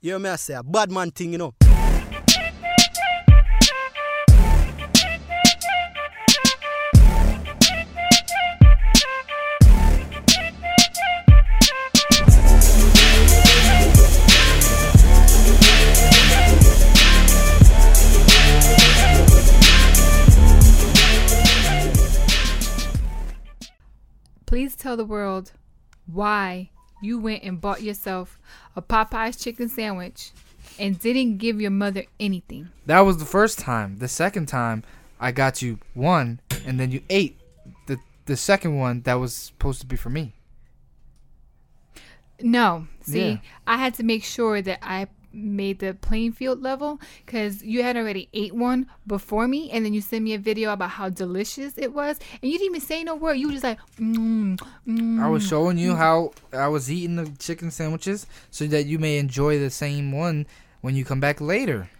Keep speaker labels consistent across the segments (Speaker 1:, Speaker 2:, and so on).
Speaker 1: You hear me I say a bad man thing, you know.
Speaker 2: Please tell the world why you went and bought yourself a Popeye's chicken sandwich and didn't give your mother anything.
Speaker 3: That was the first time. The second time, I got you one, and then you ate the the second one that was supposed to be for me.
Speaker 2: No, see,
Speaker 3: Yeah.
Speaker 2: I had to make sure that I made the playing field level because you had already ate one before me, and then you sent me a video about how delicious it was, and you didn't even say no word. You were just like, mm, mm.
Speaker 3: I was showing you how I was eating the chicken sandwiches so that you may enjoy the same one when you come back later.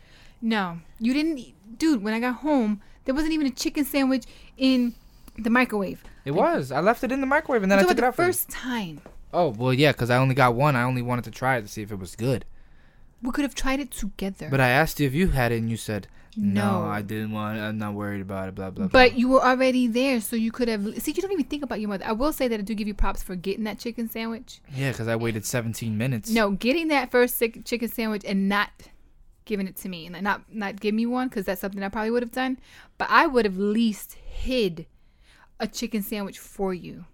Speaker 2: no, you didn't, eat- dude. When I got home, there wasn't even a chicken sandwich in the microwave.
Speaker 3: It was. I left it in the microwave and then
Speaker 2: Talk about
Speaker 3: I took it
Speaker 2: the
Speaker 3: out for you.
Speaker 2: first time.
Speaker 3: Oh well, yeah, because I only got one. I only wanted to try it to see if it was good.
Speaker 2: We could have tried it together.
Speaker 3: But I asked you if you had it, and you said no.
Speaker 2: No.
Speaker 3: I didn't want. It. I'm not worried about it. Blah blah. blah.
Speaker 2: But you were already there, so you could have. See, you don't even think about your mother. I will say that I do give you props for getting that chicken sandwich.
Speaker 3: yeah, because I waited 17 minutes.
Speaker 2: No, getting that first sick chicken sandwich and not giving it to me, and not not give me one because that's something I probably would have done. But I would have at least hid a chicken sandwich for you,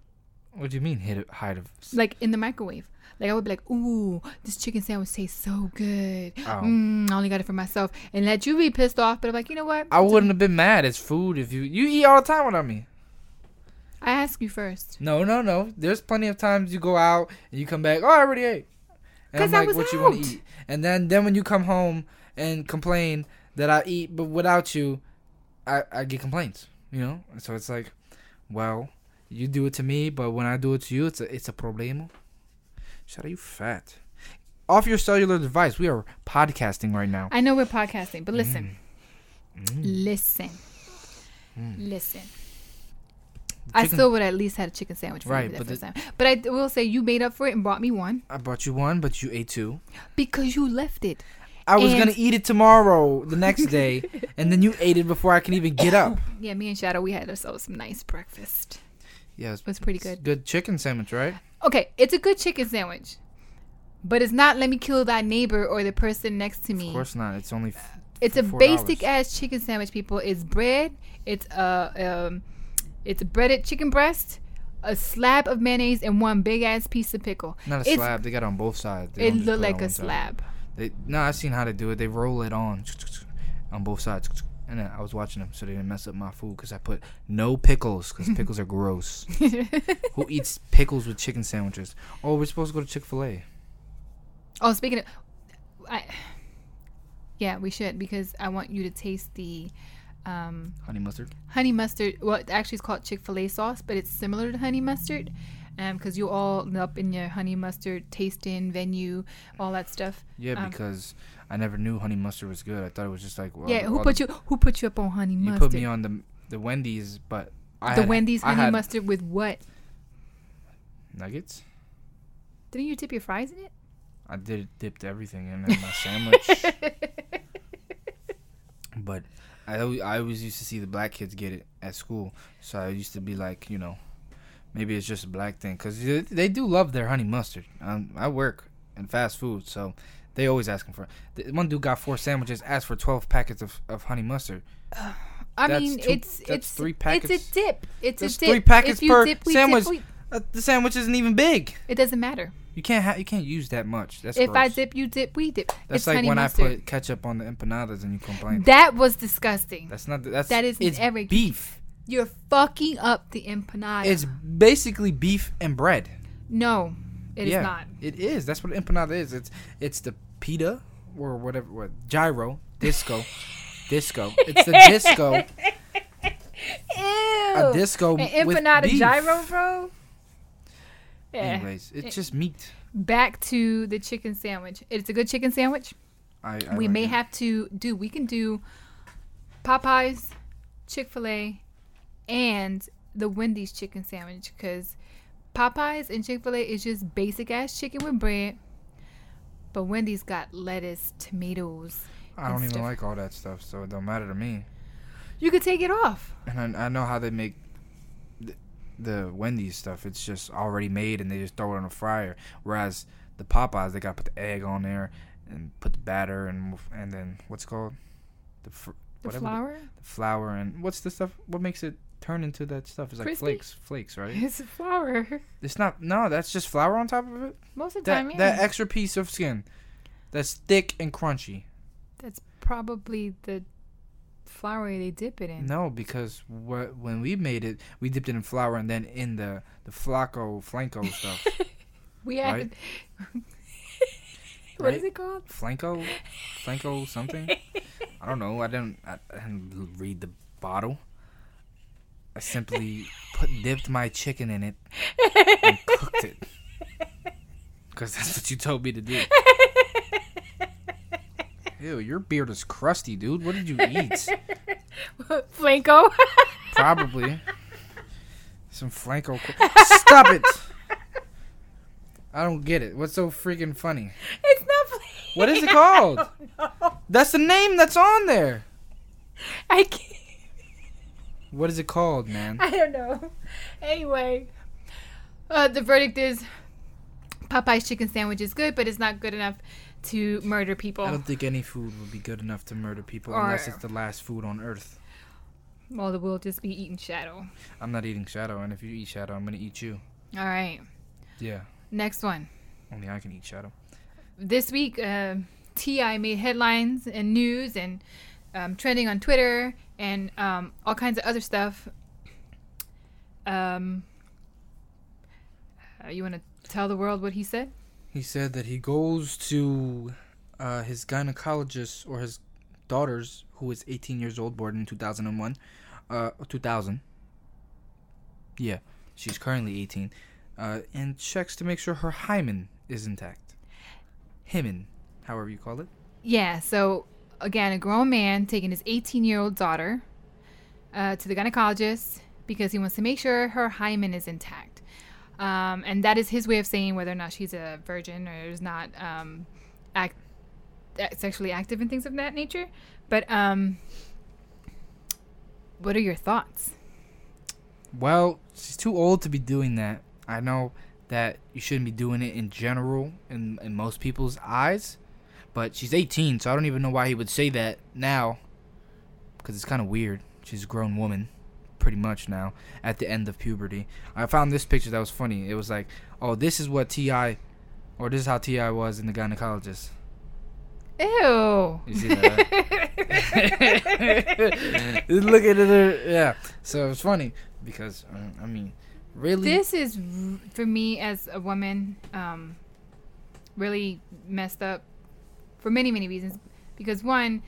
Speaker 3: What do you mean hit it, hide of?
Speaker 2: like in the microwave. Like I would be like, "Ooh, this chicken sandwich tastes so good.
Speaker 3: Oh.
Speaker 2: Mm, I only got it for myself," and let you be pissed off. But I'm like, you know what?
Speaker 3: I wouldn't have been mad. It's food. If you you eat all the time without me.
Speaker 2: I ask you first.
Speaker 3: No, no, no. There's plenty of times you go out and you come back. Oh, I already ate. And
Speaker 2: 'Cause I was
Speaker 3: what you want
Speaker 2: out."
Speaker 3: to eat? And then, then when you come home and complain that I eat, but without you, I, I get complaints. You know. So it's like, well, you do it to me, but when I do it to you, it's a it's a problemo. Shut up, you fat. Off your cellular device. We are podcasting right now.
Speaker 2: I know we're podcasting, but listen,
Speaker 3: Mm.
Speaker 2: listen, listen. I
Speaker 3: Chicken-
Speaker 2: still would at least had a chicken sandwich for
Speaker 3: Right,
Speaker 2: you that
Speaker 3: but
Speaker 2: first time. But I d- will say you made up for it and brought me one
Speaker 3: I brought you one, but you ate two.
Speaker 2: because you left it.
Speaker 3: I was
Speaker 2: And-
Speaker 3: gonna eat it tomorrow, the next day, and then you ate it before I can even get up.
Speaker 2: Yeah, me and Shadow, we had ourselves some nice breakfast.
Speaker 3: Yeah, it's
Speaker 2: It was pretty good.
Speaker 3: Good chicken sandwich, right?
Speaker 2: Okay, it's a good chicken sandwich, but it's not let me kill thy neighbor or the person next to me.
Speaker 3: Of course not. It's only. F-
Speaker 2: It's a
Speaker 3: for
Speaker 2: basic
Speaker 3: $4.
Speaker 2: ass chicken sandwich, people. It's bread. It's uh, um, it's breaded chicken breast, a slab of mayonnaise, and one big ass piece of pickle.
Speaker 3: Not a
Speaker 2: It's-
Speaker 3: slab. They got it on both sides. They
Speaker 2: It
Speaker 3: don't just
Speaker 2: looked
Speaker 3: put
Speaker 2: like
Speaker 3: on
Speaker 2: a
Speaker 3: one side.
Speaker 2: slab.
Speaker 3: They, no, I've seen how they do it. They roll it on on both sides. And then I was watching them, so they didn't mess up my food because I put no pickles because pickles are gross. Who eats pickles with chicken sandwiches? Oh, we're supposed to go to Chick Fil A.
Speaker 2: Oh, speaking of, I, yeah, we should because I want you to taste the, um,
Speaker 3: Honey mustard.
Speaker 2: honey mustard. Well, it actually, it's called Chick Fil A sauce, but it's similar to honey mustard, um, because you all up in your honey mustard tasting venue, all that stuff.
Speaker 3: Yeah,
Speaker 2: Um,
Speaker 3: because I never knew honey mustard was good. I thought it was just like well,
Speaker 2: yeah, who
Speaker 3: all
Speaker 2: put
Speaker 3: the-
Speaker 2: you? Who put you up on honey
Speaker 3: You
Speaker 2: mustard?
Speaker 3: put me on the the Wendy's, but I
Speaker 2: the
Speaker 3: had-
Speaker 2: Wendy's
Speaker 3: I
Speaker 2: honey
Speaker 3: had
Speaker 2: mustard with what?
Speaker 3: nuggets.
Speaker 2: Didn't you dip your fries in it?
Speaker 3: I did dipped everything in it, my sandwich. but I always, I always used to see the black kids get it at school, so I used to be like, you know, maybe it's just a black thing because they do love their honey mustard. Um, I work in fast food, so they always asking for. It. The- One dude got four sandwiches, asked for twelve packets of, of honey mustard.
Speaker 2: I
Speaker 3: That's
Speaker 2: mean,
Speaker 3: two-
Speaker 2: it's
Speaker 3: that's
Speaker 2: it's
Speaker 3: three
Speaker 2: It's
Speaker 3: packets.
Speaker 2: a dip. It's
Speaker 3: That's
Speaker 2: a dip.
Speaker 3: three packets
Speaker 2: If you
Speaker 3: per
Speaker 2: dip, we
Speaker 3: sandwich.
Speaker 2: Dip, we-
Speaker 3: Uh, the sandwich isn't even big.
Speaker 2: it doesn't matter.
Speaker 3: You can't ha- you can't use that much. That's
Speaker 2: if I
Speaker 3: gross.
Speaker 2: dip, you dip. We dip.
Speaker 3: That's
Speaker 2: it's
Speaker 3: like
Speaker 2: honey
Speaker 3: when
Speaker 2: mustard.
Speaker 3: I put ketchup on the empanadas and you complain.
Speaker 2: That was disgusting.
Speaker 3: That's not. That's
Speaker 2: That is
Speaker 3: it's
Speaker 2: every-
Speaker 3: beef.
Speaker 2: You're fucking up the empanada.
Speaker 3: It's basically beef and bread.
Speaker 2: no, it is
Speaker 3: Yeah,
Speaker 2: not.
Speaker 3: It is. That's what empanada is. It's it's the pita or whatever. What gyro disco, disco. It's the disco.
Speaker 2: Ew.
Speaker 3: A disco
Speaker 2: An
Speaker 3: with
Speaker 2: empanada
Speaker 3: beef.
Speaker 2: gyro, Eh. bro. Yeah.
Speaker 3: Anyways, it's just meat.
Speaker 2: Back to the chicken sandwich. It's a good chicken sandwich.
Speaker 3: I, I
Speaker 2: we
Speaker 3: like
Speaker 2: may
Speaker 3: it.
Speaker 2: have to do. We can do Popeyes, Chick Fil A, and the Wendy's chicken sandwich because Popeyes and Chick Fil A is just basic ass chicken with bread, But Wendy's got lettuce, tomatoes.
Speaker 3: I
Speaker 2: It's
Speaker 3: don't even
Speaker 2: different.
Speaker 3: like all that stuff, so it don't matter to me.
Speaker 2: You could take it off.
Speaker 3: And I, I know how they make the, the Wendy's stuff. It's just already made, and they just throw it in a fryer. Whereas the Popeyes, they got to put the egg on there and put the batter and and then what's it called the fr-
Speaker 2: The
Speaker 3: whatever
Speaker 2: flour.
Speaker 3: the, flour and what's the stuff? What makes it turn into that stuff? It's like
Speaker 2: Crispy?
Speaker 3: flakes, flakes, right?
Speaker 2: It's flour.
Speaker 3: It's not. No, that's just flour on top of it.
Speaker 2: Most of the
Speaker 3: That
Speaker 2: time, yeah.
Speaker 3: that extra piece of skin, that's thick and crunchy.
Speaker 2: That's probably the flour they dip it in.
Speaker 3: No, because what when we made it, we dipped it in flour and then in the the flaco flanco stuff.
Speaker 2: we added. What is
Speaker 3: Right?
Speaker 2: it called?
Speaker 3: flanco, flanco something. I don't know. I didn't. I, I didn't read the bottle. I simply put dipped my chicken in it and cooked it. Cause that's what you told me to do. Ew, your beard is crusty, dude. What did you eat?
Speaker 2: Flanco.
Speaker 3: Probably. Some Franco. Stop it! I don't get it. What's so freaking funny?
Speaker 2: it's not. Flanco.
Speaker 3: What is it called? That's the name that's on there.
Speaker 2: I can't.
Speaker 3: What is it called, man?
Speaker 2: I don't know. Anyway, uh, the verdict is Popeye's chicken sandwich is good, but it's not good enough to murder
Speaker 3: I
Speaker 2: people.
Speaker 3: don't think any food would be good enough to murder people
Speaker 2: Or-
Speaker 3: unless it's the last food on earth.
Speaker 2: Well, the will just be eating shadow.
Speaker 3: I'm not eating shadow, and if you eat shadow, I'm gonna eat you.
Speaker 2: All right,
Speaker 3: Yeah,
Speaker 2: next one.
Speaker 3: only I can eat shadow.
Speaker 2: This week, uh, Ti made headlines and news and um, trending on Twitter and um, all kinds of other stuff. Um, uh, you want to tell the world what he said?
Speaker 3: He said that he goes to uh, his gynecologist or his daughter's, who is 18 years old, born in 2001, uh, 2000. Yeah, she's currently 18, uh, and checks to make sure her hymen is intact. Hymen, however you call it.
Speaker 2: Yeah, so again, a grown man taking his 18 year old daughter uh, to the gynecologist because he wants to make sure her hymen is intact. Um, and that is his way of saying whether or not she's a virgin or is not um, act- uh, sexually active and things of that nature. But um, what are your thoughts?
Speaker 3: Well, she's too old to be doing that. I know that you shouldn't be doing it in general in, in most people's eyes, but she's 18, so I don't even know why he would say that now. Because it's kind of weird. She's a grown woman, pretty much now, at the end of puberty. I found this picture that was funny. It was like, oh, this is what T.I. or this is how T.I. was in the gynecologist.
Speaker 2: Ew.
Speaker 3: You see that? Look at her. Yeah. So it was funny because, uh, I mean, really?
Speaker 2: This is r- for me as a woman, um, really messed up for many many reasons. Because one,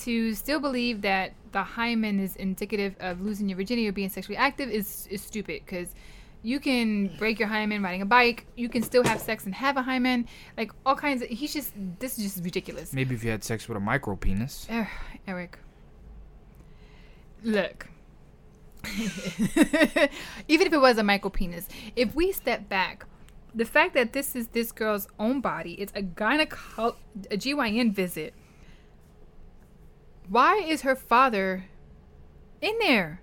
Speaker 2: to still believe that the hymen is indicative of losing your virginity or being sexually active is is stupid. Because you can break your hymen riding a bike, you can still have sex and have a hymen, like all kinds of. He's just this is just ridiculous.
Speaker 3: Maybe if you had sex with a micro penis.
Speaker 2: Ugh, Eric. Look. Even if it was a micro penis, if we step back, the fact that this is this girl's own body, it's a gynecol a GYN visit. Why is her father in there?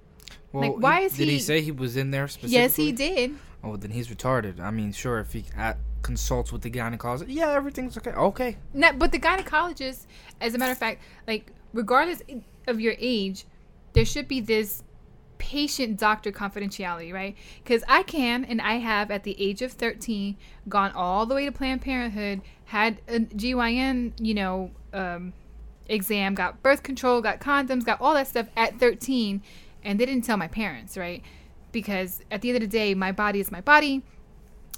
Speaker 3: Well,
Speaker 2: Like, why
Speaker 3: he-
Speaker 2: is
Speaker 3: did he
Speaker 2: he-
Speaker 3: say he was in there specifically?
Speaker 2: Yes, he did.
Speaker 3: Oh, then he's retarded. I mean, sure, if he uh, consults with the gynecologist, yeah, everything's okay. Okay.
Speaker 2: No, but the gynecologist, as a matter of fact, like regardless of your age, there should be this patient doctor confidentiality, right? Because I can and I have at the age of 13 gone all the way to Planned Parenthood, had a GYN, you know, um, exam, got birth control, got condoms, got all that stuff at 13, and they didn't tell my parents, right? Because at the end of the day, my body is my body.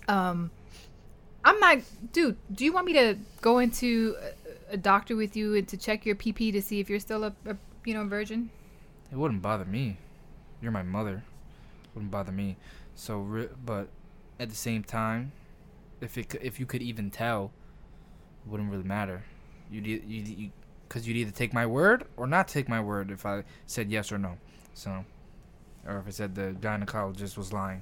Speaker 2: Um, I'm not, dude. Do you want me to go into a, a doctor with you and to check your PP to see if you're still a, a you know virgin?
Speaker 3: It wouldn't bother me. You're my mother. Wouldn't bother me. So, re- but at the same time, if it c- if you could even tell, it wouldn't really matter. You'd e- you you because you'd either take my word or not take my word if I said yes or no. So, or if I said the gynecologist was lying.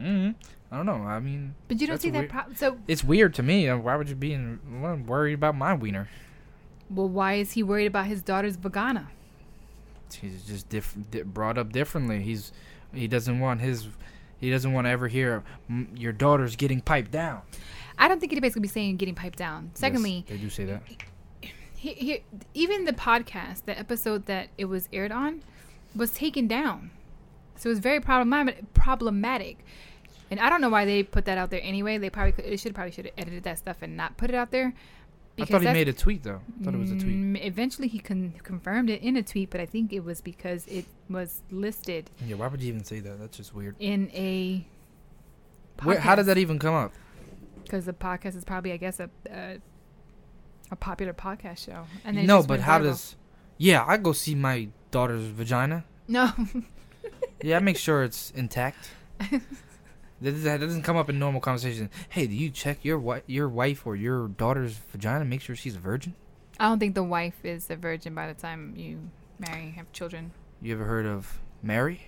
Speaker 3: mm I don't know. I mean,
Speaker 2: But you don't
Speaker 3: That's
Speaker 2: see that
Speaker 3: weird.
Speaker 2: problem. So,
Speaker 3: it's weird to me. Uh, Why would you be in, why I'm worried about my wiener?
Speaker 2: well, why is he worried about his daughter's vagana?
Speaker 3: He's just diff- di- brought up differently. He's he doesn't want his he doesn't want to ever hear "Mm, your daughter's getting piped down.
Speaker 2: I don't think anybody's gonna be saying getting piped down.
Speaker 3: Yes,
Speaker 2: Secondly,
Speaker 3: they do say that.
Speaker 2: he, he, even the podcast, the episode that it was aired on, was taken down. So it was very problematic. Problematic, and I don't know why they put that out there anyway. They probably could, it should probably should have edited that stuff and not put it out there.
Speaker 3: I thought he
Speaker 2: that's-
Speaker 3: made a tweet though. I thought it was a tweet.
Speaker 2: Mm, Eventually, he con- confirmed it in a tweet, but I think it was because it was listed
Speaker 3: Yeah, why would you even say that? That's just weird.
Speaker 2: in a.
Speaker 3: Where, how did that e- even come up?
Speaker 2: Because the podcast is probably, I guess, a a, a popular podcast show. And it
Speaker 3: No,
Speaker 2: just
Speaker 3: but
Speaker 2: went
Speaker 3: how
Speaker 2: viral.
Speaker 3: does? Yeah, I go see my daughter's vagina.
Speaker 2: no?
Speaker 3: Yeah, I make sure it's intact. that, does- that doesn't come up in normal conversation. Hey, do you check your wi- your wife or your daughter's vagina? Make sure she's a virgin.
Speaker 2: I don't think the wife is a virgin by the time you marry and have children.
Speaker 3: You ever heard of Mary?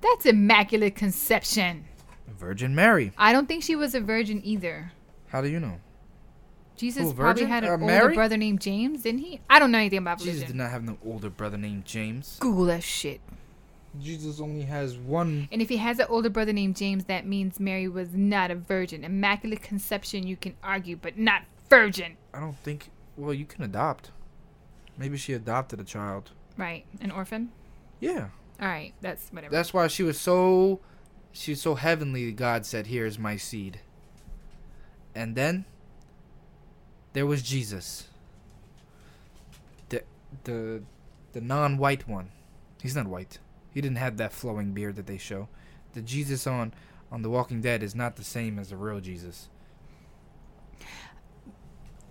Speaker 2: That's immaculate conception.
Speaker 3: Virgin Mary.
Speaker 2: I don't think she was a virgin either.
Speaker 3: How do you know?
Speaker 2: Jesus
Speaker 3: Who,
Speaker 2: probably
Speaker 3: virgin?
Speaker 2: had an
Speaker 3: Uh,
Speaker 2: older
Speaker 3: Mary?
Speaker 2: brother named James, didn't he? I don't know anything about
Speaker 3: Jesus did
Speaker 2: religion.
Speaker 3: not have no older brother named James.
Speaker 2: Google that shit.
Speaker 3: Jesus only has one.
Speaker 2: And if he has an older brother named James, that means Mary was not a virgin. Immaculate conception, you can argue, but not virgin.
Speaker 3: I don't think. Well, you can adopt. Maybe she adopted a child.
Speaker 2: Right. An orphan?
Speaker 3: Yeah.
Speaker 2: All right. That's whatever.
Speaker 3: That's why she was so she was so heavenly. God said, "Here is my seed." And then there was Jesus, the the the non-white one. He's not white. He didn't have that flowing beard that they show. The Jesus on on The Walking Dead is not the same as the real Jesus.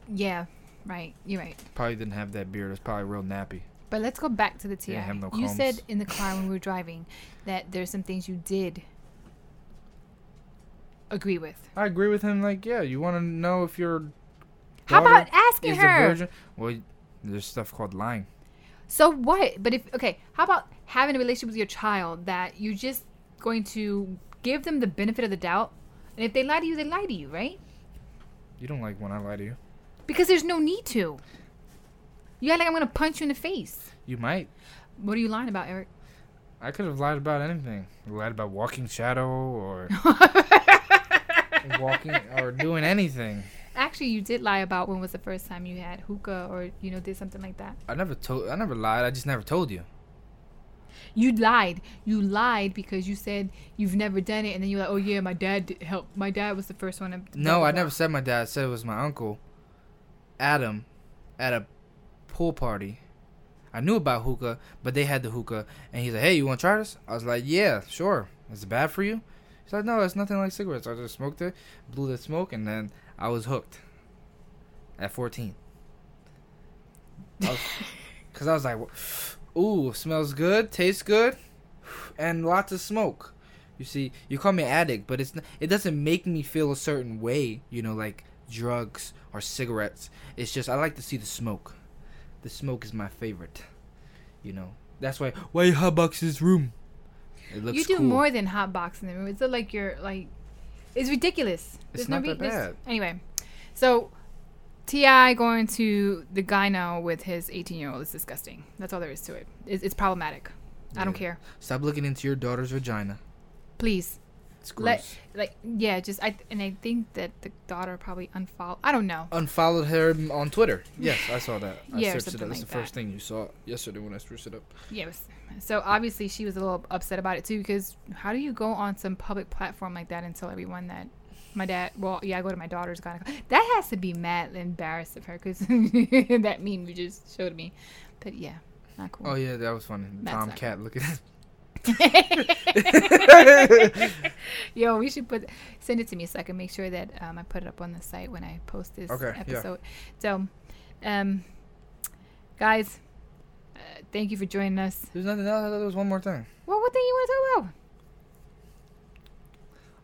Speaker 2: yeah. Right. You're right.
Speaker 3: Probably didn't have that beard. It was probably real nappy.
Speaker 2: But let's go back to the TI.
Speaker 3: Yeah, have no
Speaker 2: you
Speaker 3: qualms.
Speaker 2: said in the car when we were driving that there's some things you did agree with.
Speaker 3: I agree with him. Like, yeah, you want to know if your
Speaker 2: How
Speaker 3: daughter
Speaker 2: about asking
Speaker 3: is a
Speaker 2: her?
Speaker 3: virgin? Well, there's stuff called lying.
Speaker 2: So what? But if okay, how about having a relationship with your child that you're just going to give them the benefit of the doubt, and if they lie to you, they lie to you, right?
Speaker 3: You don't like when I lie to you.
Speaker 2: Because there's no need to. You act like I'm gonna punch you in the face.
Speaker 3: You might.
Speaker 2: What are you lying about, Eric?
Speaker 3: I could have lied about anything. Lied about walking shadow or walking or doing anything.
Speaker 2: Actually, you did lie about when was the first time you had hookah or you know did something like that.
Speaker 3: I never told. I never lied. I just never told you.
Speaker 2: You lied. You lied because you said you've never done it, and then you're like, "Oh yeah, my dad did help. My dad was the first one." To
Speaker 3: No, I never said my dad. I said it was my uncle, Adam, at a pool party. I knew about hookah, but they had the hookah, and he's like, "Hey, you want to try this?" I was like, "Yeah, sure." Is it bad for you? He's like, "No, it's nothing like cigarettes." I just smoked it, blew the smoke, and then I was hooked. At 14. Because I was like, ooh, smells good, tastes good, and lots of smoke. You see, you call me addict, but it's n- it doesn't make me feel a certain way, you know, like drugs or cigarettes. It's just I like to see the smoke. The smoke is my favorite, you know. That's why why you hotbox this room? It looks
Speaker 2: You do
Speaker 3: cool.
Speaker 2: more than hot boxing the room. It's not like you're like, it's ridiculous.
Speaker 3: It's
Speaker 2: no
Speaker 3: not that
Speaker 2: there's-
Speaker 3: bad.
Speaker 2: Anyway, so Ti going to the gyno with his 18 year old is disgusting. That's all there is to it. It's, it's problematic. I don't
Speaker 3: Yeah.
Speaker 2: care.
Speaker 3: Stop looking into your daughter's vagina.
Speaker 2: Please,
Speaker 3: It's gross.
Speaker 2: Let- like, yeah, just I and I think that the daughter probably unfollowed. I don't know.
Speaker 3: Unfollowed her on Twitter. Yes, I saw that. I
Speaker 2: Yeah, or
Speaker 3: searched it
Speaker 2: something
Speaker 3: up. That's
Speaker 2: like
Speaker 3: the first
Speaker 2: that.
Speaker 3: thing you saw yesterday when I searched it up.
Speaker 2: Yes. So obviously she was a little upset about it too because how do you go on some public platform like that and tell everyone that my dad? Well, yeah, I go to my daughter's gyneco. That has to be mad and embarrassed of her because that meme you just showed me. But yeah, not cool.
Speaker 3: Oh yeah, that was funny.
Speaker 2: That's
Speaker 3: Tom
Speaker 2: not-
Speaker 3: Cat, look at this.
Speaker 2: Yo, we should put send it to me so I can make sure that um, I put it up on the site when I post this
Speaker 3: Okay, yeah.
Speaker 2: episode. So, um, guys, uh, thank you for joining us.
Speaker 3: There's nothing else. I thought there was one more thing.
Speaker 2: Well, what thing you want to talk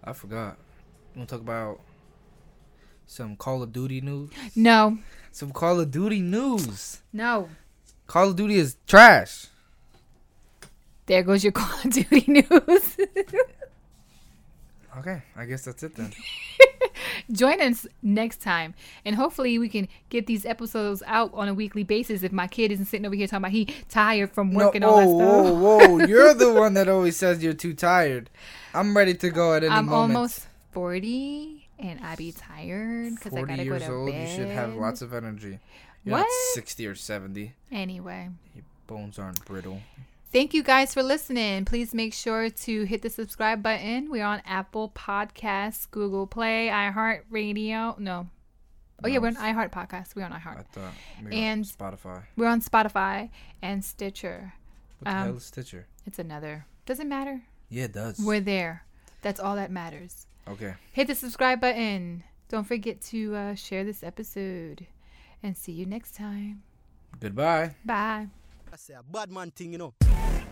Speaker 2: about?
Speaker 3: I forgot. we will talk about some Call of Duty news.
Speaker 2: No,
Speaker 3: Some Call of Duty news.
Speaker 2: no.
Speaker 3: Call of Duty is trash.
Speaker 2: There goes your Call of Duty news.
Speaker 3: Okay, I guess that's it then.
Speaker 2: Join us next time, and hopefully we can get these episodes out on a weekly basis. If my kid isn't sitting over here talking about he tired from
Speaker 3: No,
Speaker 2: work and all that stuff.
Speaker 3: whoa, whoa! You're the one that always says you're too tired. I'm ready to go at any
Speaker 2: I'm
Speaker 3: moment.
Speaker 2: almost forty, and I be tired because I
Speaker 3: Forty
Speaker 2: gotta go
Speaker 3: years
Speaker 2: to
Speaker 3: old,
Speaker 2: bed.
Speaker 3: you should have lots of energy. You're not
Speaker 2: What?
Speaker 3: sixty or seventy.
Speaker 2: Anyway.
Speaker 3: Your bones aren't brittle.
Speaker 2: Thank you guys for listening. Please make sure to hit the subscribe button. We're on Apple Podcasts, Google Play, iHeartRadio. No. Oh, yeah,
Speaker 3: No.
Speaker 2: we're on iHeart Podcasts. We're on
Speaker 3: I
Speaker 2: iHeart.
Speaker 3: thought.
Speaker 2: And-
Speaker 3: And Spotify.
Speaker 2: We're on Spotify and Stitcher.
Speaker 3: What the
Speaker 2: um,
Speaker 3: hell is Stitcher?
Speaker 2: It's another. Doesn't matter.
Speaker 3: Yeah, it does.
Speaker 2: We're there. That's all that matters.
Speaker 3: okay.
Speaker 2: Hit the subscribe button. Don't forget to uh, share this episode. And see you next time.
Speaker 3: Goodbye.
Speaker 2: Bye.
Speaker 1: That's a bad man thing, you know.